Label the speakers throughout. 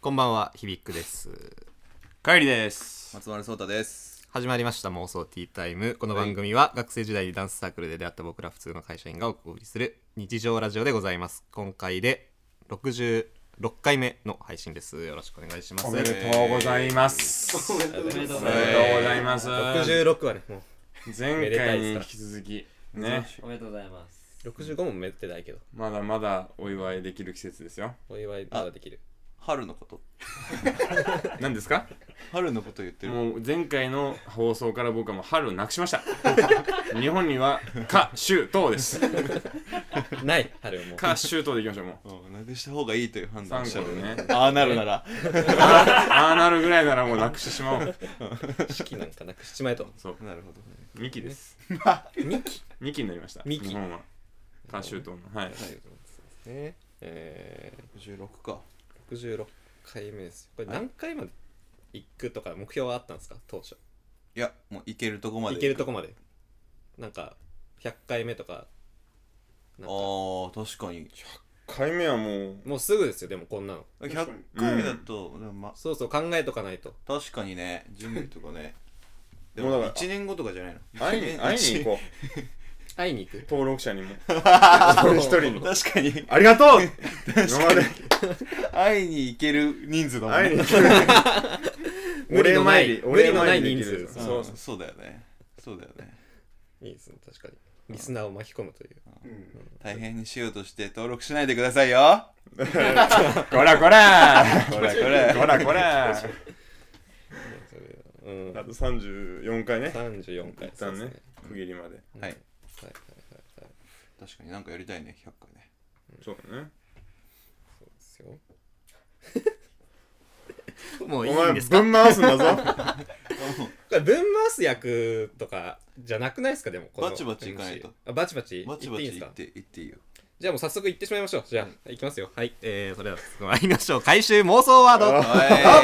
Speaker 1: こんばんは、ひびっくです。
Speaker 2: 帰りです
Speaker 3: 松丸聡太です。
Speaker 1: 始まりました妄想ティータイム。この番組は学生時代にダンスサークルで出会った僕ら普通の会社員がお送りする日常ラジオでございます。今回で66回目の配信です。よろしくお願いします。
Speaker 2: おめでとうございますおめでとう
Speaker 1: とう
Speaker 2: ございます
Speaker 1: 66はね、も
Speaker 2: 前回に引き続きね
Speaker 4: おめでとうございます。
Speaker 1: う65もめでてないけど、
Speaker 2: まだまだお祝いできる季節ですよ
Speaker 1: お祝い
Speaker 3: まだ
Speaker 1: できる。
Speaker 3: 春のこと。
Speaker 2: 何ですか
Speaker 3: 春のこと言ってる。
Speaker 2: もう前回の放送から僕はもう春をなくしました日本には「か」「秋」「冬」です
Speaker 4: ない、春はも
Speaker 2: 「
Speaker 4: う。
Speaker 2: か」「秋」「冬」でいきましょうもう
Speaker 3: うんなくした方がいいという判断をした
Speaker 2: 三個でね
Speaker 3: ああなるなら。
Speaker 2: ああなるぐらいならもうなくしてしまおう
Speaker 4: 四季なんかなくしちまえと。
Speaker 2: そう
Speaker 3: なるほどね。
Speaker 2: 2期です
Speaker 4: 二期
Speaker 2: 2期になりました
Speaker 4: 二期
Speaker 2: 日本は「か」「秋」「冬」のはい
Speaker 4: ねえ
Speaker 3: 16か。
Speaker 4: ー、66回目ですよ。これ何回まで行くとか目標はあったんですか当初。
Speaker 3: いや、もう行けるとこまで。
Speaker 4: 行けるとこまで。なんか、100回目とか。なんか
Speaker 3: ああ、確かに。
Speaker 2: 回目はもう
Speaker 4: もうすぐですよ、でもこんなの。
Speaker 3: 100回だと、でもま
Speaker 4: そうそう、考えとかないと。
Speaker 3: 確かにね、準備とかね。で
Speaker 2: もう
Speaker 3: も
Speaker 2: だから
Speaker 3: 1年後とかじゃないの
Speaker 2: 会いに会いに行こう
Speaker 4: 会いに行く。
Speaker 2: 登録者にも一人に
Speaker 3: 確かに
Speaker 2: ありがとう今まで
Speaker 3: 会いに行ける人数だもん
Speaker 2: 会いに
Speaker 3: ね
Speaker 2: 行く
Speaker 4: 無理のない
Speaker 2: お
Speaker 4: 無理
Speaker 2: 礼参り
Speaker 4: のない
Speaker 2: お礼参りできる
Speaker 4: 人数
Speaker 3: うん
Speaker 2: そうそう
Speaker 3: そうだよねそうだよね
Speaker 4: いいですね、確かに。リスナーを巻き込むという。
Speaker 3: 大変にしようとして登録しないでくださ いよ
Speaker 2: こらこら
Speaker 3: これこれ
Speaker 2: こらこら
Speaker 4: それうん。
Speaker 2: あと34回ね
Speaker 4: 34回。
Speaker 2: 一
Speaker 4: そ
Speaker 2: 旦
Speaker 4: う
Speaker 2: ね
Speaker 4: です
Speaker 2: 区切りまで
Speaker 4: はいはいはい
Speaker 3: はい
Speaker 4: はい。
Speaker 3: 確かになんかやりたいね100回 ね
Speaker 2: そうだね
Speaker 4: そうですよ。
Speaker 1: もうい
Speaker 2: お
Speaker 1: い
Speaker 2: 前
Speaker 1: んですか
Speaker 2: ぶん回すんだぞ
Speaker 4: これ分回す役とかじゃなくないですかでもこの
Speaker 3: バチバチいかないと
Speaker 4: MC あバチバチ
Speaker 3: バチバ
Speaker 4: いっていいん
Speaker 3: チ
Speaker 4: です
Speaker 3: 行
Speaker 4: か
Speaker 3: って行っていいよ
Speaker 4: じゃあもう早速行ってしまいましょうじゃあ行きますよはい
Speaker 1: えー、それでは参りましょう。回収妄想ワード。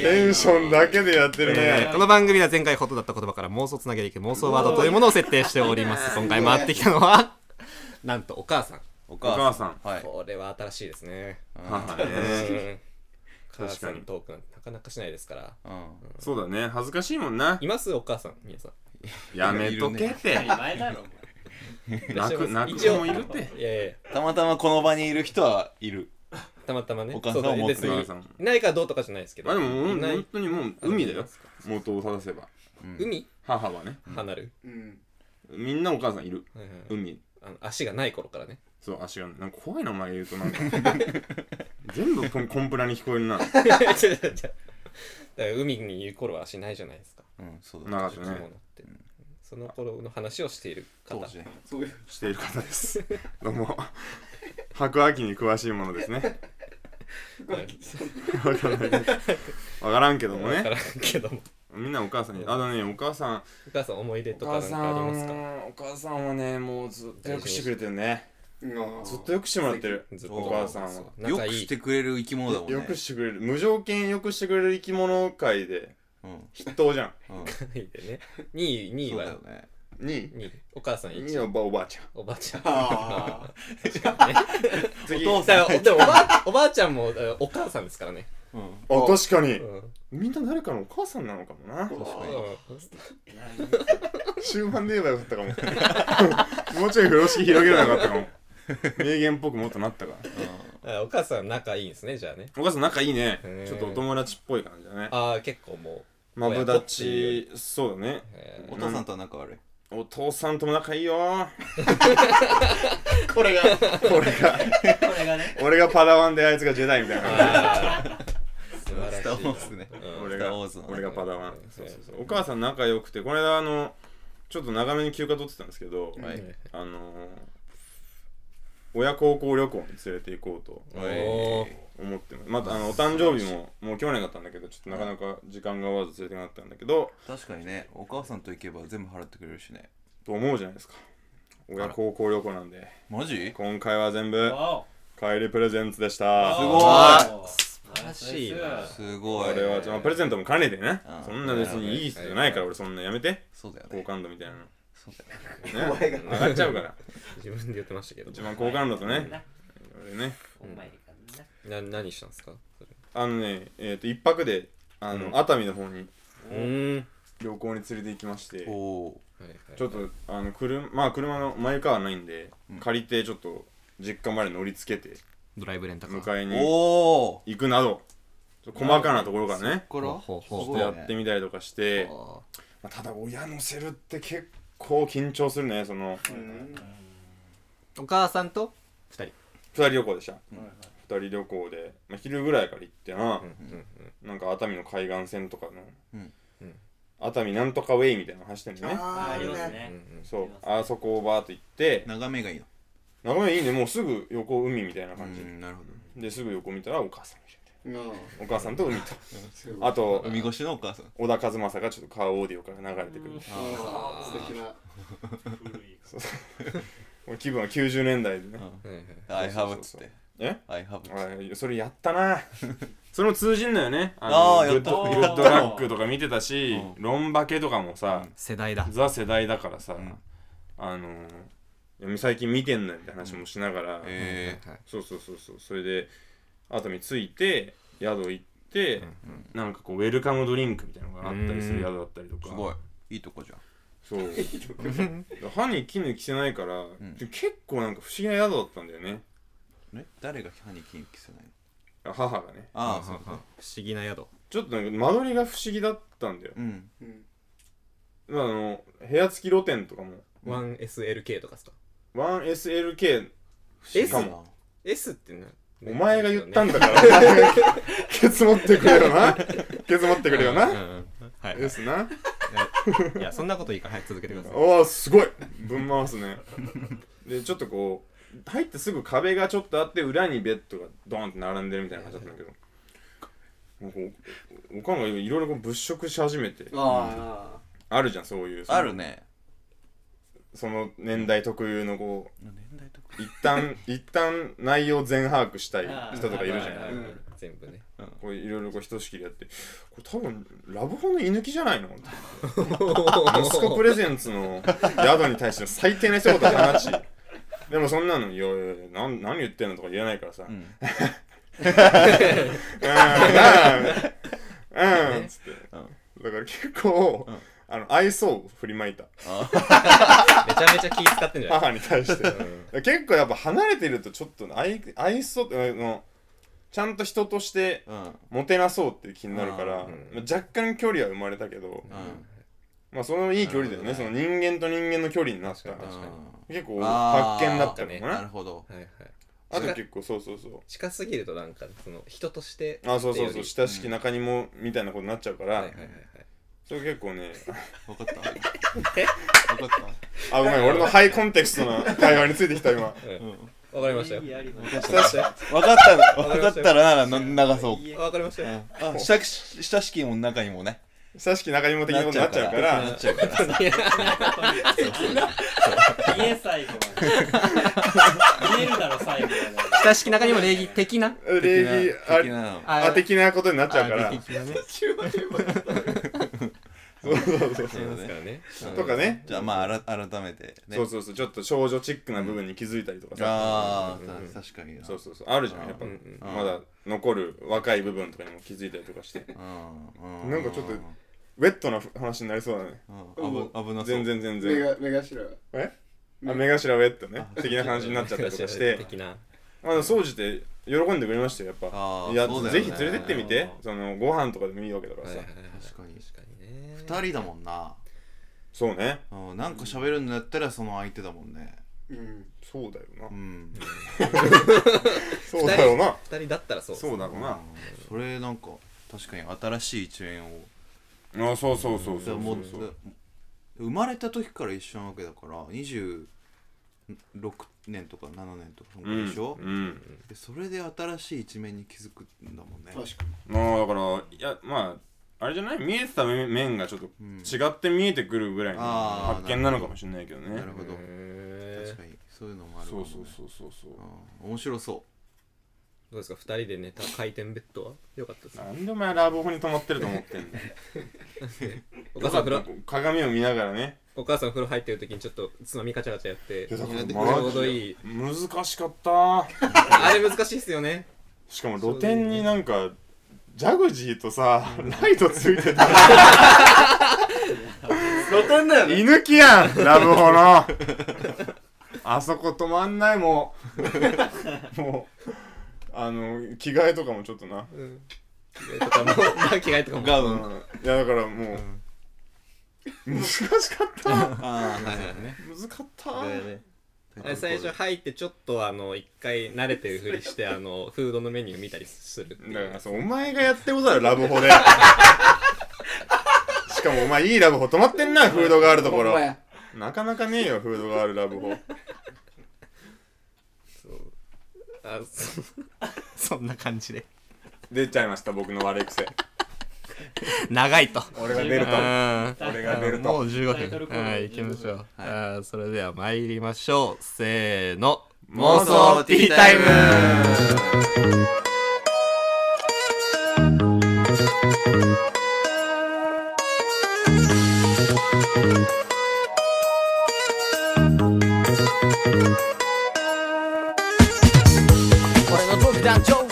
Speaker 2: テンションだけでやってる
Speaker 1: えー
Speaker 2: ね
Speaker 1: この番組では前回ほどだった言葉から妄想つなげていく妄想ワードというものを設定しており ます今回回ってきたのは
Speaker 4: なんとお母さん
Speaker 3: お
Speaker 2: お母さん
Speaker 3: はい
Speaker 4: これは新しいですね
Speaker 2: は
Speaker 4: う
Speaker 2: いね
Speaker 4: ん
Speaker 2: か
Speaker 4: 母
Speaker 2: に
Speaker 4: さんトークなんてなかなかしないですから
Speaker 3: うん
Speaker 2: そうだね恥ずかしいもんない
Speaker 4: ますお母さん皆さん
Speaker 2: やめとけって
Speaker 4: 前だろ
Speaker 2: 泣く泣く
Speaker 4: 一
Speaker 2: 子
Speaker 4: 応
Speaker 2: もいるって
Speaker 4: いやいやいや
Speaker 3: たまたまこの場にいる人はいる
Speaker 4: たまたまね
Speaker 3: お母さんを持って
Speaker 4: そう
Speaker 2: お
Speaker 4: だね
Speaker 2: 母
Speaker 4: 別
Speaker 2: さ
Speaker 4: に
Speaker 2: ん
Speaker 4: いないからどうとかじゃないですけど
Speaker 2: あでももう
Speaker 4: いない
Speaker 2: 本当にもう海だよ元を正せば
Speaker 4: 海
Speaker 2: 母はね
Speaker 4: 離る
Speaker 2: みんなお母さんいる
Speaker 4: はいはい
Speaker 2: 海
Speaker 4: あの足がない頃からね
Speaker 2: そう足がなんか怖いなお前言うと なんか全部コンコンプラに聞こえるな
Speaker 4: 違う違う違うだから海にいる頃は足ないじゃないですか
Speaker 3: うんそう
Speaker 2: なか
Speaker 3: だ
Speaker 2: っ
Speaker 4: 生
Speaker 2: た
Speaker 4: き物っ
Speaker 2: ね
Speaker 4: て、その頃の話をしている方
Speaker 3: 当時ね
Speaker 2: している方ですどうも白亜紀に詳しいものです ねわからないわからんけども
Speaker 4: 分から
Speaker 2: ね
Speaker 4: んけども
Speaker 2: みんなお母さんにあのねお母さん
Speaker 4: お母さん思い出
Speaker 2: お
Speaker 4: とかな
Speaker 2: 母
Speaker 4: ん
Speaker 2: さ
Speaker 4: かありますか
Speaker 2: んお母さんはねもうずっとよくしてくれてるねずっとよくしてもらってる
Speaker 4: ずっと
Speaker 2: お母さんは
Speaker 3: よ
Speaker 4: 仲
Speaker 3: く
Speaker 4: い
Speaker 3: し
Speaker 4: い
Speaker 3: てくれる生き物だもんね
Speaker 2: よくしてくれる無条件よくしてくれる生き物界で
Speaker 3: うんうん
Speaker 2: 筆頭じゃん
Speaker 4: でね2位2位
Speaker 3: そうだ
Speaker 4: は
Speaker 3: よね
Speaker 2: 2
Speaker 4: 2位お母さん
Speaker 2: 位
Speaker 4: 1位
Speaker 2: 2位はばおばあちゃん
Speaker 4: おばあちゃん
Speaker 3: あ
Speaker 2: 次
Speaker 3: お
Speaker 2: あ
Speaker 3: 父さん
Speaker 4: だからでもおばあおばあちゃんもえーお母さんですからね、
Speaker 3: あうん
Speaker 2: 確かに
Speaker 4: うん
Speaker 2: みんな誰かのお母さんなのかもな
Speaker 3: 確かに
Speaker 4: う
Speaker 2: 終盤で言えばよかったかももうちょい風呂敷広げればよかったかも名言っぽくもっとなったから
Speaker 4: んあお母さん仲いいんですねじゃあね
Speaker 2: お母さん仲いいね
Speaker 4: へー
Speaker 2: ちょっとお友達っぽい感じだね
Speaker 4: ああ結構もう、
Speaker 2: マブダチそうだね
Speaker 4: え
Speaker 3: お父さんとは仲悪い
Speaker 2: お父さんとも仲いいよ
Speaker 3: これが
Speaker 2: 俺が俺がパダワンであいつがジェダイみた いな感
Speaker 4: ー、素晴らし
Speaker 3: ス
Speaker 4: い
Speaker 3: ター・ウォーズね
Speaker 2: じ
Speaker 4: うん
Speaker 2: 俺
Speaker 3: スター
Speaker 2: が
Speaker 3: ウォーズのね
Speaker 2: 俺がパダワン
Speaker 4: うん
Speaker 2: そうそうそうお母さん仲良くてこの間あのちょっと長めに休暇取ってたんですけど
Speaker 3: はい
Speaker 2: あのー親孝行旅行に連れて行こうと
Speaker 4: お
Speaker 3: お
Speaker 4: お
Speaker 3: ー
Speaker 2: 思ってますまたあのお誕生日ももう去年だったんだけどちょっとなかなか時間が合わず連れてなかったんだけど
Speaker 3: 確かにねお母さんと行けば全部払ってくれるしね
Speaker 2: と思うじゃないですか親孝行旅行なんで
Speaker 3: マジ
Speaker 2: 今回は全部
Speaker 5: わ
Speaker 2: 帰りプレゼンツでした
Speaker 3: すごい
Speaker 5: お素
Speaker 1: 晴らしいな
Speaker 3: すごい
Speaker 2: これはちょプレゼントも兼ねてね
Speaker 3: う
Speaker 2: そ
Speaker 3: ん
Speaker 2: んな別にいい人じゃないから俺そんなやめて
Speaker 3: そうだよ
Speaker 2: 好
Speaker 3: ね
Speaker 2: 感度みたいな
Speaker 3: そうだよね
Speaker 2: のね上がっちゃうから
Speaker 4: 自分で言ってましたけど
Speaker 2: 一番好感度とね俺ね
Speaker 5: お前か
Speaker 4: な何したんですかそれ
Speaker 2: あのね、えっ、と、一泊で、あの、
Speaker 1: うん
Speaker 2: 熱海の方に
Speaker 4: うーんは
Speaker 2: 旅行に連れて行きまして、
Speaker 3: おお
Speaker 4: いはい
Speaker 2: ちょっと、あの、車、まあ、車のマイカーはないんで、
Speaker 3: うん
Speaker 2: 借りて、ちょっと、実家まで乗りつけて、
Speaker 1: ドライブレンタカー
Speaker 2: 迎え
Speaker 3: ー
Speaker 2: に
Speaker 3: おお
Speaker 2: 行くなど、ちょっと細かなところからね、
Speaker 3: こら
Speaker 1: ほうほう
Speaker 3: す
Speaker 1: ほう
Speaker 2: ちょっ
Speaker 3: ご
Speaker 2: と
Speaker 3: い
Speaker 2: や
Speaker 3: ね
Speaker 2: ってみたりとかして、
Speaker 1: あ
Speaker 2: まあ、ただ親乗せるって結構緊張するねその
Speaker 5: うん
Speaker 1: ーお母さんと2人
Speaker 2: 二人旅行でした
Speaker 5: はいはい
Speaker 2: 二人旅行で、まあ、昼ぐらいから行ってな
Speaker 4: う、んうんうん
Speaker 2: なんか熱海の海岸線とかの、
Speaker 3: うん
Speaker 4: うん
Speaker 2: 熱海なんとかウェイみたいなの走ってんのね
Speaker 5: あーあります
Speaker 4: う
Speaker 5: ね
Speaker 4: ん
Speaker 2: そう
Speaker 5: ありま
Speaker 2: あ
Speaker 5: す
Speaker 2: そこをバーッと行って
Speaker 3: 眺めがいいの
Speaker 2: 眺めいいねもうすぐ横海みたいな
Speaker 3: う
Speaker 2: 感じ、
Speaker 3: んなるほど
Speaker 2: ですぐ横見たらお母さんがいる
Speaker 5: うん
Speaker 2: みたいなお母さんと海と
Speaker 5: すごい
Speaker 2: あと
Speaker 3: 海越しのお母さん
Speaker 2: 小田和正がちょっとカーオーディオから流れてくる、
Speaker 5: うん
Speaker 2: こ
Speaker 5: あー素敵な古い
Speaker 2: れ気分は90年代でね、
Speaker 3: う
Speaker 4: うんはいはい
Speaker 3: んアイハブっつ
Speaker 2: そうそ
Speaker 3: っ
Speaker 2: う
Speaker 3: て
Speaker 2: え
Speaker 3: アイハブ
Speaker 2: あそれやったな それも通じんのよね
Speaker 3: あー
Speaker 2: のグ
Speaker 3: や
Speaker 2: ッ
Speaker 3: った
Speaker 2: ドグ
Speaker 5: やった
Speaker 2: ッドラックとか見てたし、
Speaker 3: うん
Speaker 2: ロンバケとかもさ、
Speaker 1: 世代だ
Speaker 2: ザ世代だからさ、
Speaker 3: ん
Speaker 2: あのーいや最近見てんのよって話もしながら、
Speaker 3: え
Speaker 1: はいはい
Speaker 2: そうそうそうそうそれで熱海着いて宿行って、
Speaker 1: うんうん
Speaker 2: なんかこうウェルカムドリンクみたいなのがあったりす
Speaker 1: うん
Speaker 2: る宿だったりとか
Speaker 3: すごいいいとこじゃん
Speaker 2: そう歯に衣着せないから、
Speaker 3: ん
Speaker 2: 結構なんか不思議な宿だったんだよね
Speaker 3: え誰が歯に金着せないの
Speaker 2: あ母がね
Speaker 3: ああ
Speaker 1: うん
Speaker 3: そう
Speaker 1: うん
Speaker 3: か
Speaker 1: 不思議な宿
Speaker 2: ちょっとなんか間取りが不思議だったんだよ
Speaker 3: うん
Speaker 5: うん
Speaker 2: あの部屋付き露店とかも
Speaker 4: 1SLK とかですか
Speaker 2: 1SLK
Speaker 4: え
Speaker 2: かも
Speaker 4: S ってね
Speaker 2: お前が言ったんだからケツ持ってくれよなケツ持ってくれよ
Speaker 1: うん
Speaker 2: な
Speaker 1: うんうんはい
Speaker 2: S ない
Speaker 1: やそんなこといいから早く続けてください
Speaker 2: おーすごいぶん回すねでちょっとこう入ってすぐ壁がちょっとあって裏にベッドがドーンって並んでるみたいな感じだったんだけどなんかおおかんがいろいろこう物色し始めて
Speaker 5: あ
Speaker 2: あるじゃんそういうその
Speaker 3: あるね
Speaker 2: その年代特有のこう
Speaker 3: 年代とか
Speaker 2: 一旦一旦内容全把握したい人とかいるじゃ
Speaker 4: は
Speaker 2: ん
Speaker 4: はは
Speaker 5: うん
Speaker 4: 全部 ね
Speaker 2: こういろいろこうひとしきりやってこれ多分ラブホの居抜きじゃないの息子プレゼンツの宿に対しての最低な一言を放ち でもそんなの「いやいやいやなん何言ってんの?」とか言えないからさ「 う
Speaker 3: うん
Speaker 2: うん
Speaker 3: ん
Speaker 2: うん」っつってだから結構
Speaker 3: うん
Speaker 2: あの愛想を振りまいた
Speaker 3: あ
Speaker 4: めちゃめちゃ気使ってんじゃない
Speaker 2: 母に対して
Speaker 4: うん
Speaker 2: 結構やっぱ離れてるとちょっと愛愛想あのちゃんと人として
Speaker 3: うんうん
Speaker 2: モテなそうっていう気になるから、
Speaker 4: うん
Speaker 2: まあ若干距離は生まれたけど、まあそのいい距離だよね
Speaker 4: なる
Speaker 2: そ
Speaker 4: ほ
Speaker 2: の
Speaker 4: ど
Speaker 2: 人間と人間の距離になった
Speaker 4: 確かに
Speaker 2: 結構
Speaker 3: あー
Speaker 2: 発見だったのか
Speaker 3: なる
Speaker 2: な
Speaker 3: ほど
Speaker 4: はいはい
Speaker 2: あと結構そうそうそう
Speaker 4: 近すぎるとなんかその人として
Speaker 2: あそうそう
Speaker 4: って
Speaker 2: そ
Speaker 4: よ
Speaker 2: う
Speaker 4: り
Speaker 2: 親しき中にもみたいなことになっちゃうから、
Speaker 4: はいはいはいはい
Speaker 2: それ結構ね
Speaker 3: わかったわかっ
Speaker 2: あごめん俺のハイコンテクストな会話についてきた今
Speaker 3: たうん
Speaker 4: わかりましたよ
Speaker 5: いいあります
Speaker 2: 親しき
Speaker 3: わかったらわかったらなら流そう
Speaker 5: いい
Speaker 4: わかりましたよ
Speaker 3: あ、下し下資金の中にもね、
Speaker 2: 親しき中にも的なことになっちゃうから
Speaker 3: なっちゃうから。
Speaker 5: 言え最後まで言えるだろ最後まで
Speaker 1: 親しき中にも礼儀的な
Speaker 2: 礼儀あ
Speaker 3: 的なの
Speaker 2: ああ的なことになっちゃうから
Speaker 1: あ的なね
Speaker 2: そうそうそう
Speaker 3: そう
Speaker 4: ですからね
Speaker 3: ね
Speaker 2: とかね
Speaker 3: じゃあまああら改めてね。
Speaker 2: そうそうそうちょっと少女チックな部分に気づいたりとかさ、
Speaker 3: ああ、た確かにな。
Speaker 2: そうそうそうあるじゃんやっぱ、
Speaker 4: うんうん
Speaker 2: まだ残る若い部分とかにも気づいたりとかして
Speaker 3: うん。うん
Speaker 2: なんかちょっとウェットな話になりそうだね
Speaker 3: うんあぶ危なそう。
Speaker 2: 全然全
Speaker 5: 目
Speaker 2: 然
Speaker 5: が目頭
Speaker 2: えあ目頭ウェットね的な話になっちゃったりとかして
Speaker 4: 的な
Speaker 2: まあ総じて喜んでくれましたよやっ
Speaker 3: あ
Speaker 2: ぱ
Speaker 3: ー
Speaker 2: いや
Speaker 3: そうだよ
Speaker 2: ぜ
Speaker 3: ね
Speaker 2: ひ連れてってみてそのご飯とかでもいいわけだから
Speaker 4: はい
Speaker 2: さ
Speaker 4: はいはい
Speaker 3: 確かに
Speaker 4: 確かにね
Speaker 3: 二人だもんな。
Speaker 2: そうね
Speaker 3: うん、なんか喋るんだったらその相手だもんね。
Speaker 5: うん
Speaker 2: そうだよな
Speaker 3: うん。
Speaker 2: そうだよな
Speaker 4: 二人だったらそう
Speaker 2: そうだろうな
Speaker 3: うんそれなんか確かに新しい一面を。
Speaker 2: あそうそうそう
Speaker 3: だか
Speaker 2: そ
Speaker 3: ら
Speaker 2: う
Speaker 3: も
Speaker 2: そううそう
Speaker 3: だ生まれた時から一緒なわけだから26年とか7年とかそんぐらいでしょ、
Speaker 2: うん
Speaker 3: でそれで新しい一面に気づくんだもんね
Speaker 5: 確かに
Speaker 2: まあだからいやまああれじゃない見えてた面面がちょっと違って見えてくるぐらいの
Speaker 3: あー
Speaker 2: 発見なのかもしれないけどね
Speaker 3: なるほど、
Speaker 4: へー
Speaker 3: 確かにそういうのもあるか
Speaker 2: そ
Speaker 3: も
Speaker 2: う
Speaker 3: ね
Speaker 2: そうそうそうそう
Speaker 3: うん面白そ
Speaker 4: どうですか二人で寝た回転ベッドはよかったです
Speaker 2: なんでお前ラブホに泊まってると思ってんだよ
Speaker 4: お母さん風呂
Speaker 2: 鏡を見ながらね
Speaker 4: お母さん風呂入ってる時にちょっとつまみカチャカチャやって
Speaker 2: いやだから
Speaker 3: いやで
Speaker 4: ち
Speaker 2: マ
Speaker 4: ょう
Speaker 2: ジ
Speaker 4: ど
Speaker 2: で
Speaker 4: いい
Speaker 2: 難しかった
Speaker 4: あれ難しいっすよね
Speaker 2: しかも露店になんかジャグジーとさ、ライトついてたら、
Speaker 4: 露天だよね
Speaker 2: 居抜きやんラブホのあそこ止まんないもうもうあの着替えとかもちょっとな、
Speaker 4: うん着替えとかもまあ着替え とかも
Speaker 3: ガウ
Speaker 2: う
Speaker 3: ン。
Speaker 2: ん、いやだからもう、難しかった難
Speaker 3: あ あ、はいはいね。
Speaker 2: かった
Speaker 4: あれねあれ最初入ってちょっとあの一回慣れてるふりしてあのフードのメニュー見たりするってい
Speaker 2: だか
Speaker 4: う
Speaker 2: らそうお前がやってことだろラブホでしかもお前いいラブホ止まってんなフードがあるところ
Speaker 3: ほんまや
Speaker 2: なかなかねえよフードがあるラブホ
Speaker 4: そうあそう
Speaker 1: そんな感じで
Speaker 2: 出ちゃいました僕の悪い癖
Speaker 1: 長い と
Speaker 2: 俺が出ると
Speaker 1: うん
Speaker 2: 俺が出る
Speaker 1: も
Speaker 2: と
Speaker 1: う
Speaker 5: タイト
Speaker 1: 15
Speaker 5: ルコ
Speaker 1: 分
Speaker 5: ール
Speaker 1: はい行きましょう、
Speaker 3: はい
Speaker 1: あーそれでは参りましょうせーの
Speaker 2: 妄
Speaker 3: 想ティータイム
Speaker 6: 俺の独壇場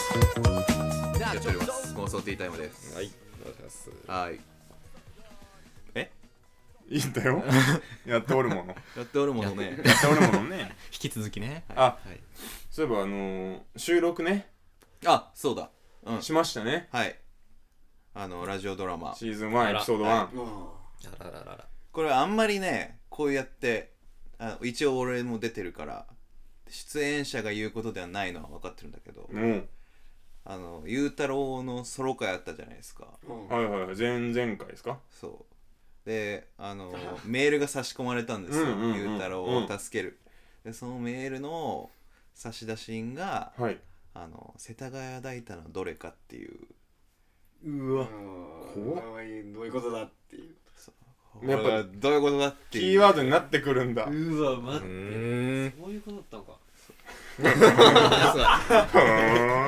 Speaker 3: やっております。妄想ティータイムです。
Speaker 4: はいお願いします
Speaker 3: はい。
Speaker 2: いいんだよやっておるもの
Speaker 3: やっておるものね。
Speaker 2: やっておるもの ね
Speaker 1: 引き続きね
Speaker 2: あ
Speaker 3: はい。
Speaker 2: そういえばあのー、収録ね
Speaker 3: あ、そうだ。うん。
Speaker 2: しましたね
Speaker 3: はい。あの、ラジオドラマ。
Speaker 2: シーズン1エピソード1、
Speaker 5: うん
Speaker 4: あらららら
Speaker 3: これあんまりね、こうやって、あ一応俺も出てるから、出演者が言うことではないのは分かってるんだけど、
Speaker 2: うん
Speaker 3: あの、ゆうたろうのソロ会あったじゃないですか。
Speaker 2: はいはいはい前々回ですか
Speaker 3: そうで あのメールが差し込まれたんですよ
Speaker 2: うんうんうん
Speaker 3: ゆうたろうを助ける、でそのメールの差出人が
Speaker 2: はい
Speaker 3: あの世田谷大田のどれかっていう
Speaker 2: うわ怖っ
Speaker 5: うんどういうことだっていう
Speaker 2: やっぱ
Speaker 3: これはどういうことだって
Speaker 2: キ
Speaker 3: いう
Speaker 2: ーワードになってくるんだ
Speaker 5: うわ待
Speaker 4: う
Speaker 5: って
Speaker 4: ーん
Speaker 5: そういうことだったのか
Speaker 4: リ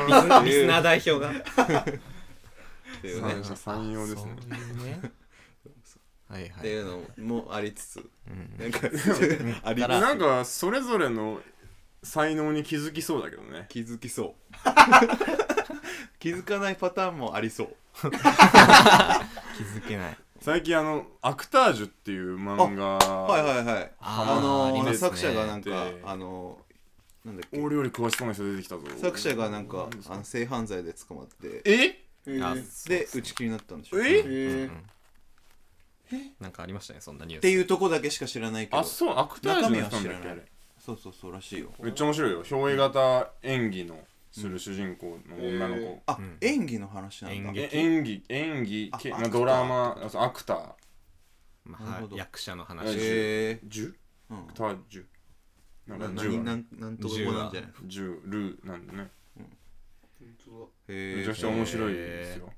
Speaker 4: スナーリスナー代表が
Speaker 3: っていうね
Speaker 2: 三様ですね
Speaker 1: そういうねはい
Speaker 3: っ
Speaker 1: は
Speaker 3: て
Speaker 1: い
Speaker 3: いうのもありつつ、
Speaker 1: ん
Speaker 3: なんか あり
Speaker 2: で
Speaker 3: つ
Speaker 2: な
Speaker 3: つ
Speaker 2: んかそれぞれの才能に気づきそうだけどね
Speaker 3: 気づきそう 気づかないパターンもありそう
Speaker 1: 気づけない
Speaker 2: 最近あの「アクタージュ」っていう漫画
Speaker 3: はいはいはい
Speaker 1: あ
Speaker 3: あ
Speaker 1: ーあ
Speaker 3: の
Speaker 1: りますね
Speaker 3: 作者がなんか
Speaker 2: で
Speaker 3: あのなんだっけ
Speaker 2: 俺より詳しそうな人出てきたぞ
Speaker 3: 作者がなんか
Speaker 2: です
Speaker 3: あの性犯罪で捕まって
Speaker 2: え
Speaker 5: えー
Speaker 1: あ
Speaker 3: で打ち切りになったんでしょ
Speaker 2: え
Speaker 5: えー
Speaker 1: なんかありましたねそんなニュース
Speaker 3: っていうとこだけしか知らないけど
Speaker 2: あ
Speaker 3: そ
Speaker 2: そうアクタージュの人なん
Speaker 3: 中身
Speaker 2: だ
Speaker 3: は
Speaker 2: っけ
Speaker 3: 知ら
Speaker 2: あ
Speaker 3: ない
Speaker 2: れ
Speaker 3: うそうそうらしいよ
Speaker 2: めっちゃ面白いよ表映型演技のする主人公の女の子、
Speaker 5: うん
Speaker 3: あ、
Speaker 1: ん
Speaker 3: 演技の話なんだ
Speaker 1: 演
Speaker 2: え
Speaker 1: 劇
Speaker 2: 演技演技
Speaker 3: あ
Speaker 2: け
Speaker 3: ア
Speaker 2: な
Speaker 3: クター
Speaker 2: ドラマあそうアクター
Speaker 1: まあ
Speaker 3: なるほど
Speaker 1: 役者の話、
Speaker 3: へえ
Speaker 2: 10
Speaker 3: ー
Speaker 2: アクター10な
Speaker 3: うんん、
Speaker 2: か
Speaker 3: な何
Speaker 2: 10
Speaker 3: なんなんとでもなんじゃない
Speaker 2: 10ルーなんでね
Speaker 5: 本当だ
Speaker 3: へ
Speaker 2: め
Speaker 3: え
Speaker 2: ちゃくちゃ面白いですよ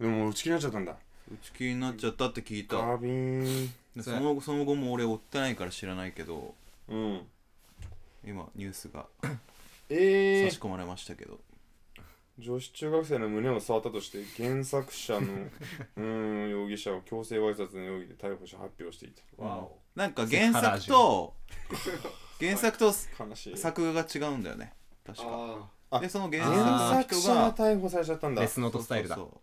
Speaker 2: でも打ち切りになっちゃったんだ
Speaker 3: 打ち切りになっちゃったって聞いた
Speaker 2: ガビーン
Speaker 3: でそのその後も俺追ってないから知らないけど
Speaker 2: うん
Speaker 3: 今ニュースが
Speaker 2: え
Speaker 3: 差
Speaker 2: え
Speaker 3: し込まれましたけど
Speaker 2: 女子中学生の胸を触ったとして原作者 のうーん容疑者を強制わいせつの容疑で逮捕し発表していた
Speaker 5: わお
Speaker 3: なんか原作と原作と
Speaker 2: 悲しい
Speaker 3: 作画が違うんだよね確か
Speaker 5: あ
Speaker 2: あ
Speaker 3: でその原
Speaker 2: 原
Speaker 3: 作の
Speaker 2: 作
Speaker 3: 人
Speaker 2: 者
Speaker 3: が
Speaker 2: が逮捕されちゃったんだ
Speaker 1: レスノートスタイルだ
Speaker 3: そうそうそう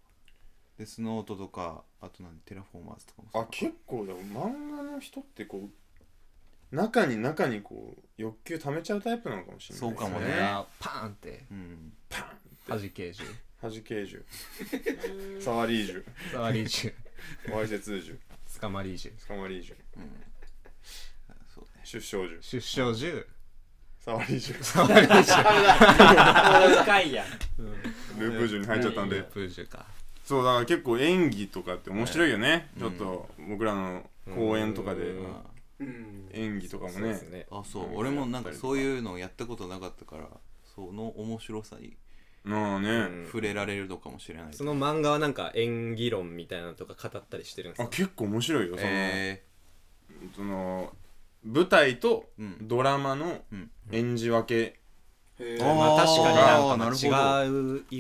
Speaker 3: デスノートとかあと何テラフォーマーズとかもそう
Speaker 2: あ結構でも漫画の人ってこう中に中にこう欲求溜めちゃうタイプなのかもしれない
Speaker 3: そうかもね
Speaker 1: それがパーンって
Speaker 3: うん
Speaker 1: 弾け銃
Speaker 2: はじけ銃触り銃
Speaker 1: 触り銃
Speaker 2: わいせつ銃
Speaker 1: 捕まり銃
Speaker 2: 捕まり銃
Speaker 3: そうね
Speaker 2: 出生銃
Speaker 1: 出生銃
Speaker 2: 触り銃
Speaker 1: 触り銃
Speaker 5: あ深いやん
Speaker 2: ループ銃に入っちゃったん
Speaker 1: ル
Speaker 2: で
Speaker 1: ープ銃か
Speaker 2: そうだから結構演技とかって面白いよね、ちょっと僕らの公演とかで
Speaker 4: うん
Speaker 5: うん
Speaker 2: 演技とかも
Speaker 4: そうで
Speaker 2: ね
Speaker 4: すね
Speaker 3: あそう、
Speaker 2: うん
Speaker 3: 俺もなんかそういうのをやったことなかったからその面白さに
Speaker 2: なあね、
Speaker 4: うん
Speaker 3: 触れられるのかもしれない、
Speaker 4: その漫画はなんか演技論みたいなのとか語ったりしてるんです
Speaker 2: あ
Speaker 4: か
Speaker 2: 結構面白いよその,、
Speaker 3: え
Speaker 2: その舞台と
Speaker 3: うん
Speaker 2: ドラマの
Speaker 3: うん
Speaker 2: 演じ分け、
Speaker 5: へ
Speaker 3: あ
Speaker 5: ー
Speaker 1: まあ確かになん
Speaker 3: あー
Speaker 1: か
Speaker 3: なるほ
Speaker 1: まあ違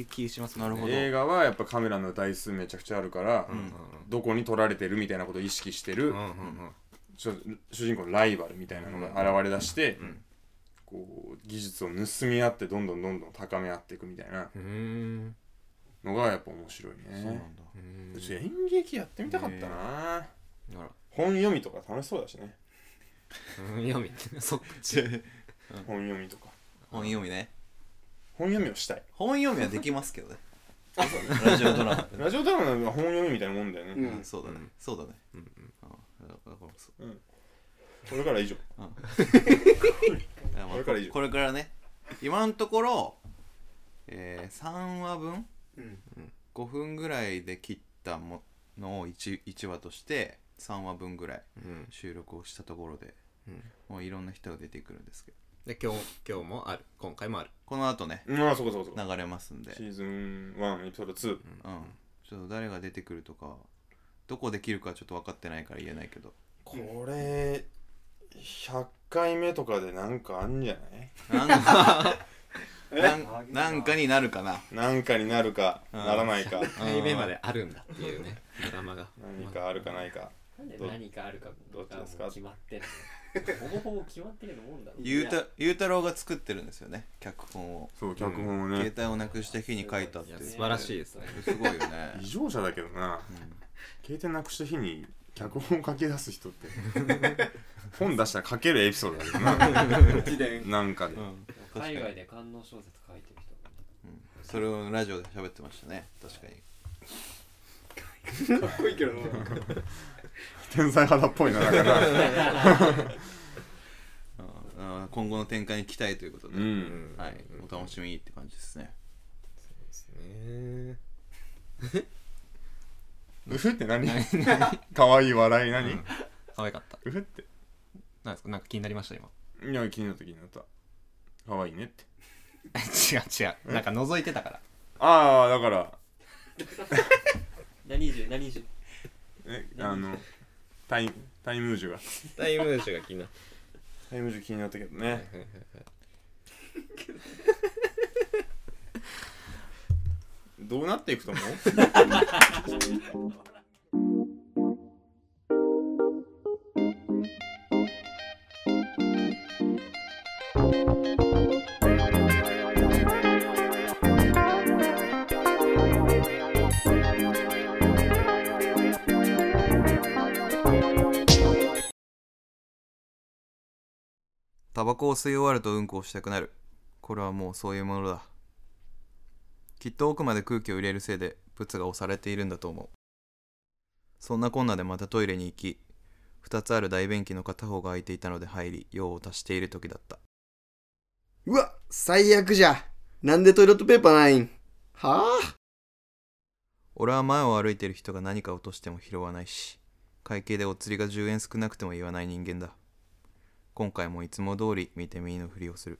Speaker 1: う気しますもんね
Speaker 3: なるほど
Speaker 2: 映画はやっぱカメラの台数めちゃくちゃあるから、
Speaker 1: うん
Speaker 2: どこに撮られてるみたいなことを意識してる、
Speaker 1: うんうんうん
Speaker 2: ちょ主人公のライバルみたいなのが現れだして、こう技術を盗み合ってどんどんどんどん高め合っていくみたいな
Speaker 1: うんうーん
Speaker 2: のがやっぱ面白い
Speaker 3: そう
Speaker 2: ね
Speaker 3: なんだ
Speaker 2: うち演劇やってみたかったな、
Speaker 3: だから
Speaker 2: 本読みとか楽しそうだしね
Speaker 1: うん、読みそっか
Speaker 2: 本読みとか
Speaker 3: 本読みね
Speaker 2: 本読みをしたい
Speaker 3: 本読みはできますけ どねラジオドラマ
Speaker 2: ラジオドラマは本読みみたいなもんだよね、
Speaker 3: うんそうだね、そうだね、あだからだからそ
Speaker 2: これから以上
Speaker 3: ういやま
Speaker 2: こ
Speaker 3: あ
Speaker 2: れから以上
Speaker 3: これからね今のところ、えー、3話分、
Speaker 5: うん
Speaker 3: 5分ぐらいで切ったものを 1, 1話として3話分ぐらい
Speaker 1: うん
Speaker 3: 収録をしたところで、
Speaker 1: うん
Speaker 3: もういろんな人が出てくるんですけど
Speaker 1: で今日今日もある今回もある
Speaker 3: この後ね
Speaker 2: うんああそうかそうかそうか
Speaker 3: 流れますんで、
Speaker 2: シーズン1エピソード2
Speaker 3: うん、ちょっと誰が出てくるとかどこで切るかちょっと分かってないから言えないけど
Speaker 2: これ100回目とかでなんかあんじゃない
Speaker 3: なんかなんなんかになるかな
Speaker 2: なんかになるか
Speaker 3: ん
Speaker 2: ならないか
Speaker 4: 回目まであるんだっていうねドラマが
Speaker 2: 何かあるかないか
Speaker 5: なんで
Speaker 2: ど
Speaker 5: 何かあるか
Speaker 2: どっちですか
Speaker 5: がもう決まってるのほぼほぼ決まってるのもんだろ
Speaker 3: ゆう
Speaker 5: いや
Speaker 3: たゆうたろうが作ってるんですよね脚本を
Speaker 2: そう脚本を
Speaker 3: 携帯をなくした日に書いたって
Speaker 1: い
Speaker 3: い
Speaker 1: や
Speaker 3: う
Speaker 1: 素晴らしいですね
Speaker 3: すごいよね
Speaker 2: 異常者だけどな、携帯なくした日に脚本を書き出す人って本出したら書けるエピソードだけどななんかで、
Speaker 3: うん確かに、
Speaker 5: 海外で官能小説書いてる人がね
Speaker 3: それをラジオで喋ってましたね確かに
Speaker 7: 濃いけどな
Speaker 2: 天才肌っぽいなだから
Speaker 3: うんうん今後の展開に期待ということで、
Speaker 2: うん
Speaker 3: はい、お楽しみって感じですね
Speaker 2: うふって何かわいい笑い何、う
Speaker 1: 可愛かった
Speaker 2: ふって
Speaker 1: なんですかなんか気になりました今
Speaker 2: いや気になった気になったかわいいねって
Speaker 1: 違う違うなんか覗いてたから
Speaker 2: ああだから
Speaker 5: 何十何十
Speaker 2: えあのタイタイムージュが
Speaker 4: タイムージュが気になっ
Speaker 2: タイムージュ気になったけどね どうなっていくと思う
Speaker 3: タバコを吸い終わるとうんこをしたくなるこれはもうそういうものだきっと奥まで空気を入れるせいでブツが押されているんだと思うそんなこんなでまたトイレに行き2つある大便器の片方が空いていたので入り用を足している時だった
Speaker 7: うわ最悪じゃなんでトイレットペーパーないんはあ
Speaker 3: 俺は前を歩いている人が何か落としても拾わないし会計でお釣りが10円少なくても言わない人間だ今回もいつも通り見て見ぬふりをする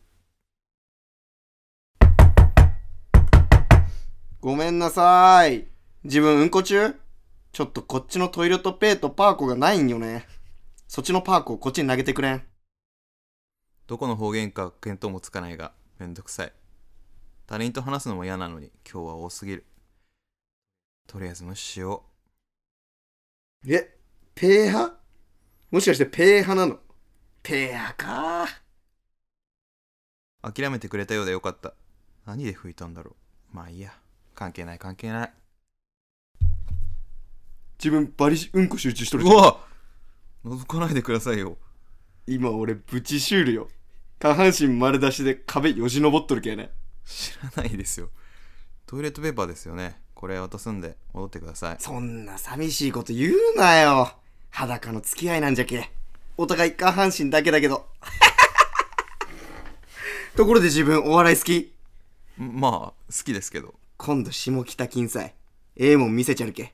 Speaker 7: ごめんなさーい自分うんこ中ちょっとこっちのトイレットペーとパーコがないんよねそっちのパーコをこっちに投げてくれん
Speaker 3: どこの方言か見当もつかないが、めんどくさい。他人と話すのも嫌なのに、今日は多すぎる。とりあえず無視しよ
Speaker 7: えペー派もしかしてペー派なのペー派か
Speaker 3: う。諦めてくれたようでよかった。何で吹いたんだろう。まあいいや。関係ない関係ない。
Speaker 7: 自分バリうんこ集中しとる
Speaker 3: うわ覗かないでくださいよ。
Speaker 7: 今俺ブチシュールよ下半身丸出しで壁よじ登っとるけね
Speaker 3: 知らないですよ。トイレットペーパーですよね。これ渡すんで、戻ってください。
Speaker 7: そんな寂しいこと言うなよ裸の付き合いなんじゃけお互い下半身だけだけど ところで自分お笑い好き
Speaker 3: まあ、好きですけど。
Speaker 7: 今度下北金祭ええもん見せちゃるけ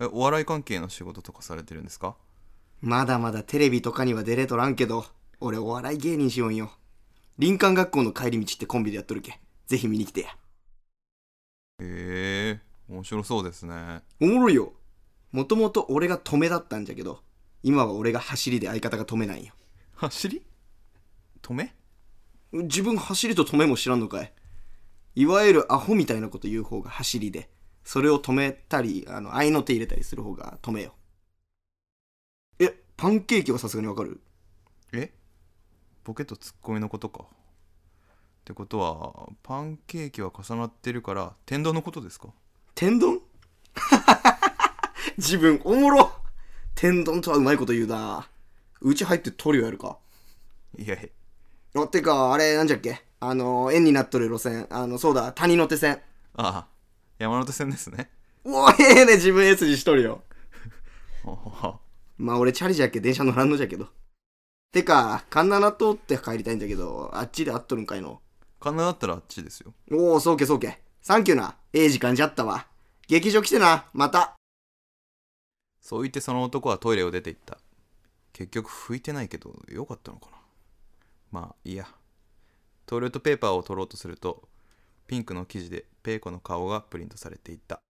Speaker 3: え、お笑い関係の仕事とかされてるんですか
Speaker 7: まだまだテレビとかには出れとらんけど俺お笑い芸人しよんよ林間学校の帰り道ってコンビでやっとるけぜひ見に来てや
Speaker 3: へえ、面白そうですね。
Speaker 7: おもろいよもともと俺が止めだったんじゃけど今は俺が走りで相方が止めないよ
Speaker 3: 走り止め
Speaker 7: 自分走りと止めも知らんのかいいわゆるアホみたいなこと言う方が走りでそれを止めたりあの合いの手入れたりする方が止めよえパンケーキはさすがにわかる
Speaker 3: えポケットツッコミのことかってことはパンケーキは重なってるから天丼のことですか
Speaker 7: 天丼 自分おもろ天丼とはうまいこと言うなうち入ってトリオやるか
Speaker 3: いやいや
Speaker 7: あてかあれなんじゃっけあの円になっとる路線あのそうだ谷の手線
Speaker 3: ああ山手線ですね
Speaker 7: おおええね自分 S 字しとるよ
Speaker 3: ほほほ
Speaker 7: まあ俺チャリじゃっけ電車乗らんのじゃけどてか神奈川通って帰りたいんだけどあっちで会っとるんかいの
Speaker 3: 神奈だったらあっちですよ
Speaker 7: おおそうけそうけサンキューなええ時間じゃったわ劇場来てなまた
Speaker 3: そう言ってその男はトイレを出て行った結局拭いてないけどよかったのかなまあいいやトイレットペーパーを取ろうとするとピンクの生地でペイコの顔がプリントされていた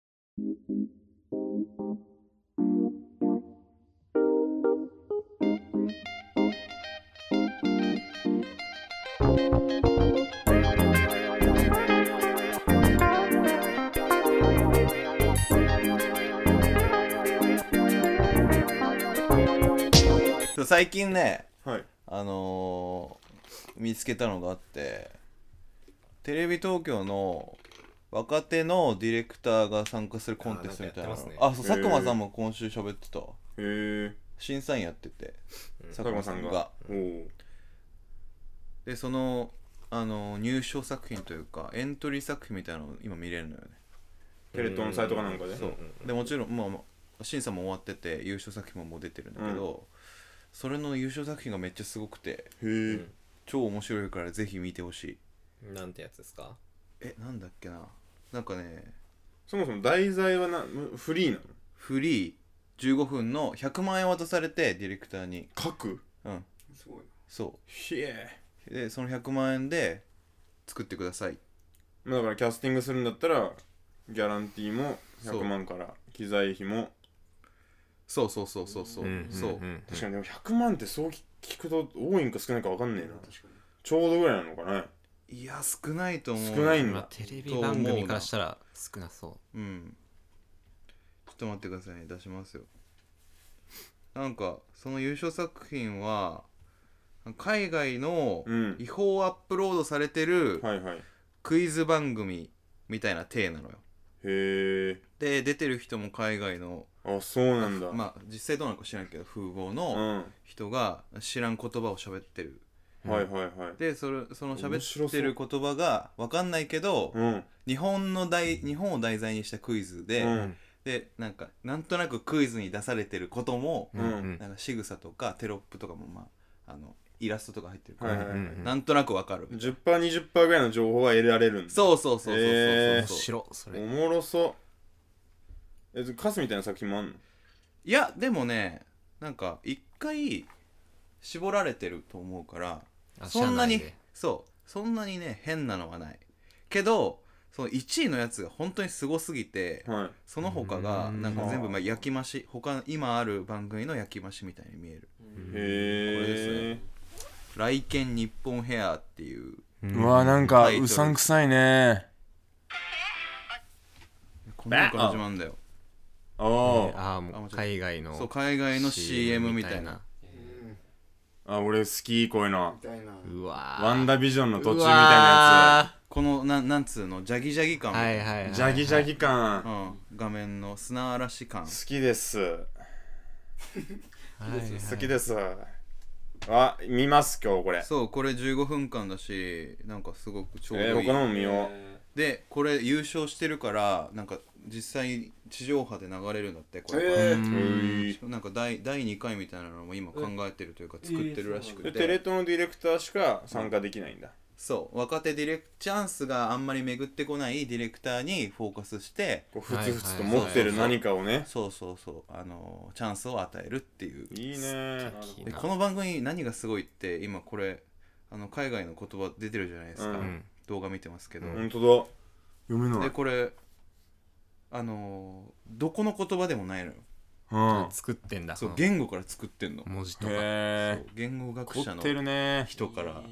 Speaker 3: 最近ね
Speaker 2: はい。
Speaker 3: あのー見つけたのがあってテレビ東京の若手のディレクターが参加するコンテストみたいなの
Speaker 4: あなんかやって
Speaker 3: あ
Speaker 4: ま
Speaker 3: そう
Speaker 2: へー
Speaker 3: 佐久間さんも今週喋ってた
Speaker 2: へえ。
Speaker 3: 審査員やってて佐
Speaker 2: 佐久間さんが。おお。
Speaker 3: でその、あのー入賞作品というかエントリー作品みたいなのを今見れるのよね
Speaker 2: テレ東のサイトかなんかで。
Speaker 4: そう。
Speaker 3: でもちろん、まあまあ、審査も終わってて優勝作品ももう出てるんだけど、それの優勝作品がめっちゃすごくて
Speaker 2: へえ。
Speaker 3: 超面白いからぜひ見てほしい
Speaker 4: なんてやつですか
Speaker 3: えなんだっけななんかね
Speaker 2: そもそも題材はなむフリーなの
Speaker 3: フリー15分の100万円渡されてディレクターに
Speaker 2: 書く
Speaker 3: うん
Speaker 2: すごい。
Speaker 3: そ
Speaker 2: ひえ。
Speaker 3: うでその100万円で作ってください
Speaker 2: まあだからキャスティングするんだったら、ギャランティーも
Speaker 3: そう
Speaker 2: 100万から、機材費も。
Speaker 3: そうそうそうそうそう,、そう、
Speaker 1: ん
Speaker 2: 確かにでも100万ってそうき聞くと多いんか少ないか分かんねえな。ちょうどぐらいなのかね。
Speaker 3: いや少ないと思う
Speaker 2: 少ないん
Speaker 1: まあ
Speaker 2: だ。
Speaker 1: テレビ番組からしたら少なそ
Speaker 3: うんちょっと待ってくださいね出しますよなんかその優勝作品は海外の
Speaker 2: うん
Speaker 3: 違法アップロードされてる
Speaker 2: はいはい。へ
Speaker 3: クイズ番組みたいな体なのよ
Speaker 2: え。
Speaker 3: で出てる人も海外の
Speaker 2: あ、そうなんだ。
Speaker 3: まあ実際どうなのか知らんけど風貌
Speaker 2: う
Speaker 3: の
Speaker 2: ん。
Speaker 3: 人が知らん言葉を喋ってる
Speaker 2: はいはいはい。
Speaker 3: でそれその
Speaker 2: 面白
Speaker 3: 喋っ
Speaker 2: そ
Speaker 3: て
Speaker 2: う
Speaker 3: る言葉が分かんないけど
Speaker 2: うん。
Speaker 3: 日本の題日本を題材にしたクイズで、
Speaker 2: うん。
Speaker 3: でなんかなんとなくクイズに出されてることも、
Speaker 1: う。
Speaker 2: うん
Speaker 3: なんか仕草とかテロップとかもまああのイラストとか入ってるか
Speaker 2: は
Speaker 3: ら、
Speaker 2: いはいは
Speaker 1: う
Speaker 2: い。
Speaker 1: ん
Speaker 3: なんとなくわかる、
Speaker 2: 10%、20%ぐらいの情報は得られるんだ。
Speaker 3: そうそうそうそうそうそう、
Speaker 2: えー
Speaker 1: 面白いそ
Speaker 2: お
Speaker 1: れ。
Speaker 2: もろそう。え、カスみたいな作品もあんの
Speaker 3: いやでもねなんか一回絞られてると思うから
Speaker 1: あ
Speaker 3: そんな
Speaker 1: 社
Speaker 3: に
Speaker 1: 内で
Speaker 3: そうそんなにね変なのはないけどその1位のやつが本当にすごすぎて、
Speaker 2: はい。
Speaker 3: その他が
Speaker 1: うん
Speaker 3: なんか全部まあ焼き増し他今ある番組の焼き増しみたいに見えるこれ
Speaker 2: へ
Speaker 3: です
Speaker 2: え。
Speaker 3: 「来県日本ヘア」っていう
Speaker 1: うん
Speaker 8: うわなんか
Speaker 3: タイトル
Speaker 8: うさんくさいね
Speaker 3: こんなのから始まるんだよ
Speaker 2: ああ。
Speaker 1: ああもう海外の
Speaker 3: そう海外の CM みたいな
Speaker 2: あ、俺好き、こういうの。
Speaker 1: うわー
Speaker 2: ワンダビジョンの途中みたいな
Speaker 3: このなんなんつうのジャギジャギ感、
Speaker 1: うわーはいはいは
Speaker 2: や
Speaker 1: い
Speaker 2: つ。ジャギジャギ感。
Speaker 3: う
Speaker 2: 好
Speaker 3: ん、画面の砂嵐感
Speaker 2: きです。
Speaker 1: はいはい
Speaker 2: 好きです。あ、見ます、今日これ。
Speaker 3: そうこれ15分間だしなんかすごくちょうどいい
Speaker 2: えー、、他のも見よ
Speaker 3: でこれ優勝してるからなんか実際に地上波で流れるんだってこれ、
Speaker 1: う
Speaker 2: う。
Speaker 1: ん
Speaker 2: へえ
Speaker 3: なんか第第2回みたいなのも今考えてるというか作ってるらしくて、
Speaker 2: で、テレ東のディレクターしか参加できないんだ。
Speaker 3: そう若手ディレクチャンスがあんまり巡ってこないディレクターにフォーカスして
Speaker 2: こうふつふつと持ってる何かをね。
Speaker 3: そうそうそうあのチャンスを与えるっていう
Speaker 2: いいね。
Speaker 3: でこの番組何がすごいって今これあの海外の言葉出てるじゃないですか、
Speaker 2: うん
Speaker 3: 動画見てますけど、
Speaker 2: ほんとだ。
Speaker 8: 読めな
Speaker 3: で
Speaker 8: い
Speaker 3: これあのどこの言葉でもないのよ
Speaker 8: うん
Speaker 1: 作ってんだ
Speaker 3: そう
Speaker 1: この
Speaker 3: 言語から作ってんの
Speaker 1: 文字とか
Speaker 8: へえ
Speaker 3: そう言語学
Speaker 8: 凝
Speaker 3: 者
Speaker 8: っ
Speaker 3: の
Speaker 8: てるね
Speaker 3: 人から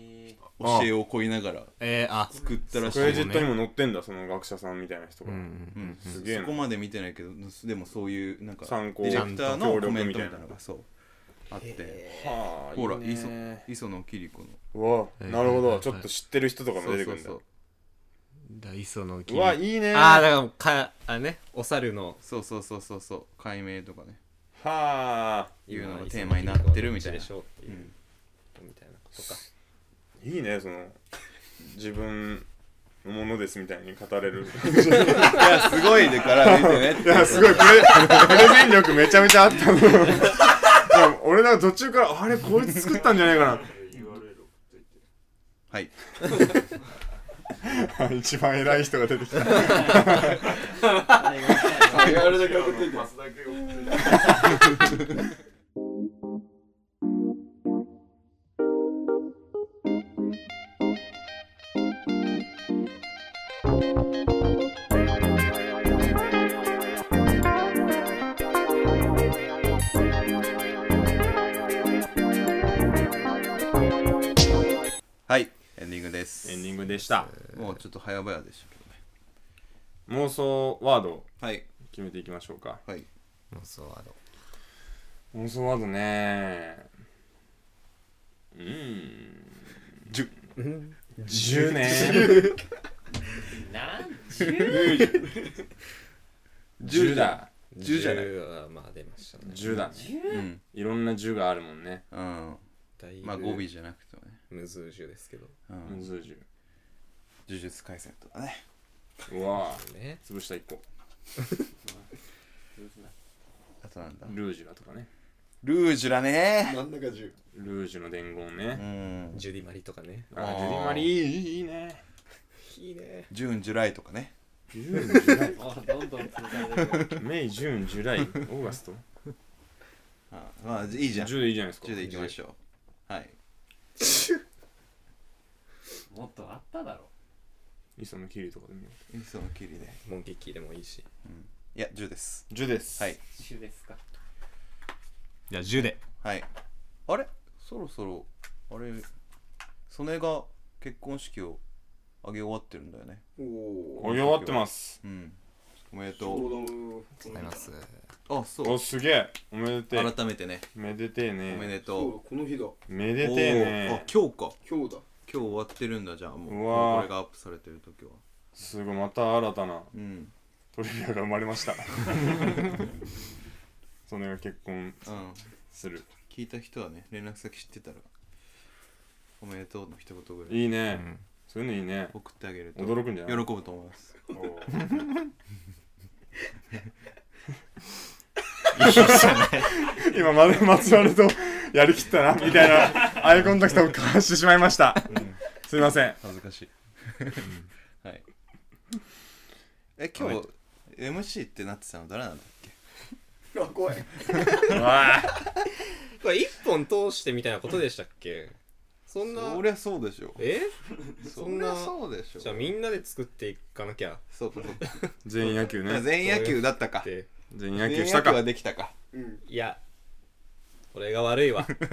Speaker 3: 教えを請いながら
Speaker 1: えー、あ
Speaker 3: 作ったらしい
Speaker 2: クレジットにも載ってんだ、その学者さんみたいな人
Speaker 1: う
Speaker 2: が。
Speaker 1: ん
Speaker 3: うん
Speaker 2: すげえな
Speaker 3: そこまで見てないけどでもそういうなんか
Speaker 2: 参考
Speaker 3: ディレクターの
Speaker 2: ちゃん
Speaker 3: コ
Speaker 2: と協
Speaker 3: メントみたい
Speaker 2: 力みた
Speaker 3: ないの
Speaker 2: な
Speaker 3: がそうあって
Speaker 2: はあ
Speaker 3: ほら
Speaker 2: いい
Speaker 3: 磯
Speaker 2: ね
Speaker 3: 磯野桐子の
Speaker 2: うわ
Speaker 1: い
Speaker 2: なるほ
Speaker 1: はいは
Speaker 2: ど
Speaker 1: い
Speaker 2: ちょっと知ってる人とかも
Speaker 3: そう
Speaker 2: 出てく
Speaker 3: そ
Speaker 2: る
Speaker 3: うん
Speaker 2: だ
Speaker 3: そう
Speaker 1: だ磯野
Speaker 2: う
Speaker 1: 桐
Speaker 2: わいいね
Speaker 1: ああ
Speaker 2: は
Speaker 1: だからかあれねお猿の
Speaker 3: そうそうそうそうそう解明とかね
Speaker 2: あ
Speaker 3: いうのがテーマになってるみたいな
Speaker 4: でしょうっていう、みたいなことか
Speaker 2: いいねその自分のものですみたいに語れる
Speaker 3: いやすごいでから見てね
Speaker 2: いやすごいプレプレゼン力めちゃめちゃあったのいや俺なんか途中からあれこいつ作ったんじゃないか
Speaker 3: はい
Speaker 2: な一番偉い人が出てきた
Speaker 3: はいエンディングです
Speaker 2: エンディングでした
Speaker 3: もうちょっと早々でしたけどね
Speaker 2: 妄想ワードを
Speaker 3: はい
Speaker 2: 決めていきましょうか
Speaker 3: はい
Speaker 1: そうあの
Speaker 2: 妄想ワードねうーん10ね
Speaker 5: なん
Speaker 2: 10だ
Speaker 3: 10じゃない
Speaker 4: 10はまあ出ましたね
Speaker 2: 10だね
Speaker 3: うん
Speaker 2: いろんな10があるもんね
Speaker 3: うん
Speaker 4: だいぶ
Speaker 3: まあ語尾じゃなくてもね
Speaker 4: むずう10ですけど
Speaker 3: うん
Speaker 2: むずい10
Speaker 3: 呪術廻戦とかね
Speaker 2: うわぁ
Speaker 4: ね
Speaker 2: 潰した1個
Speaker 3: あとなんだ
Speaker 2: ルージュラとかね
Speaker 3: ルージュラね
Speaker 7: 真ん中10
Speaker 2: ルージュの伝言
Speaker 3: う
Speaker 2: ね
Speaker 3: ん
Speaker 4: ジュディマリとかね
Speaker 2: あ
Speaker 3: あー
Speaker 2: ジュディマリーいいね
Speaker 4: いいね
Speaker 3: ジューンジュライとかね
Speaker 2: ジューンジュライ
Speaker 5: あどんどん続かれてる
Speaker 2: メイジューンジュ ライオーガスト
Speaker 3: あまあいいじゃん10
Speaker 2: 10でいいじゃないですか
Speaker 3: でいきましょうはい
Speaker 5: もっとあっただろ
Speaker 2: 磯野キリとかで見よ
Speaker 3: 磯野桐で
Speaker 4: モンキッキーでもいいし
Speaker 3: いや10です
Speaker 2: う10です
Speaker 3: はい
Speaker 5: 主ですか
Speaker 1: じゃあ10で
Speaker 3: はいあれそろそろあれ曽根が結婚式を挙げ終わってるんだよね
Speaker 2: お湯終わってます
Speaker 3: うんおめでと
Speaker 1: ございます
Speaker 3: うあそ
Speaker 2: お
Speaker 3: う
Speaker 2: すげえおめでてえ
Speaker 3: 改めてね
Speaker 2: めでてえ
Speaker 3: おめ
Speaker 2: ね
Speaker 3: で
Speaker 7: そ
Speaker 3: と
Speaker 7: うだこの日だ
Speaker 2: うめで
Speaker 3: う
Speaker 2: てえ
Speaker 3: おーあ
Speaker 2: ね
Speaker 3: 今日か
Speaker 7: 今日だ
Speaker 3: 今日終わってるんだじゃあも
Speaker 2: うわー
Speaker 3: うこれがアップされてる時は
Speaker 2: すごいまた新たな
Speaker 3: うん
Speaker 2: トリビアが生まれました それが結婚
Speaker 3: うん
Speaker 2: する
Speaker 3: 聞いた人はね連絡先知ってたらおめでとうの一言ぐらい
Speaker 2: いいね、そういうのいいね
Speaker 3: 送ってあげると
Speaker 2: 驚くんじゃ
Speaker 3: 喜
Speaker 2: ない
Speaker 3: ぶと思います
Speaker 2: おー
Speaker 1: いいじゃない
Speaker 2: 今まで松丸とやりきったなみたいなアイコンタクトを交わしてしまいました、すいません
Speaker 3: 恥ずかしいはいえ今日 MC ってなってたの誰なんだっけ
Speaker 7: あ怖いう
Speaker 2: わ
Speaker 4: これ一本通してみたいなことでしたっけそんな
Speaker 3: そりゃそうでしょ
Speaker 4: え
Speaker 3: そ
Speaker 4: そ
Speaker 3: ん
Speaker 4: ん
Speaker 3: な
Speaker 4: な
Speaker 3: そうでしょ
Speaker 4: じゃあみんなで作っていかなきゃ
Speaker 3: そうかそうか
Speaker 2: 全員野球ね
Speaker 3: 全員野球だったか
Speaker 4: って
Speaker 2: 全員野
Speaker 3: 全員
Speaker 2: 球
Speaker 3: 野
Speaker 2: した
Speaker 3: 球
Speaker 2: か
Speaker 3: はできたか
Speaker 7: ん
Speaker 4: いや俺が悪い わちょっ
Speaker 2: ち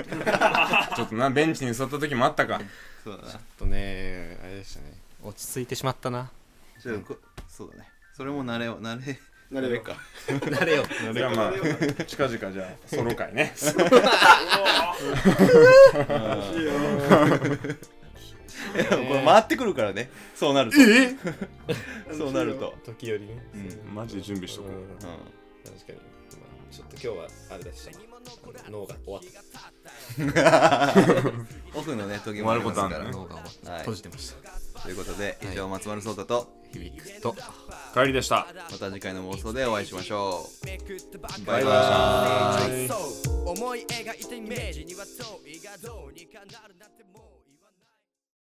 Speaker 2: ょっとなベンチに座った時もあったか
Speaker 3: そうだな
Speaker 1: とねあれでしたね落ち着いてしまったな
Speaker 3: じゃあこそうだねそれも慣れよ慣れ
Speaker 7: なれば
Speaker 3: か
Speaker 1: なれよ
Speaker 2: じゃあまあ近々じゃあソロ会ね
Speaker 3: いやこれ回ってくるからねそうなるとえ そうなると
Speaker 4: 時よりね
Speaker 3: うん、
Speaker 2: マジで準備しと
Speaker 4: う
Speaker 2: こうん
Speaker 4: 確か
Speaker 3: う
Speaker 4: に、まあ、ちょっと今日はあれだし脳が終わった
Speaker 3: ん、オフのね時もありますか
Speaker 2: 終わ
Speaker 3: ら
Speaker 2: るこ
Speaker 1: 動画は
Speaker 3: はい
Speaker 1: 閉じてました
Speaker 3: ということで以上松丸聡太と
Speaker 1: 響くと
Speaker 2: 帰りでした
Speaker 3: また次回の妄想でお会いしましょうバ
Speaker 2: バイ
Speaker 3: イバイ
Speaker 2: バーイ
Speaker 6: そう思い描いたイメージには遠いがどうにかなるなんてもう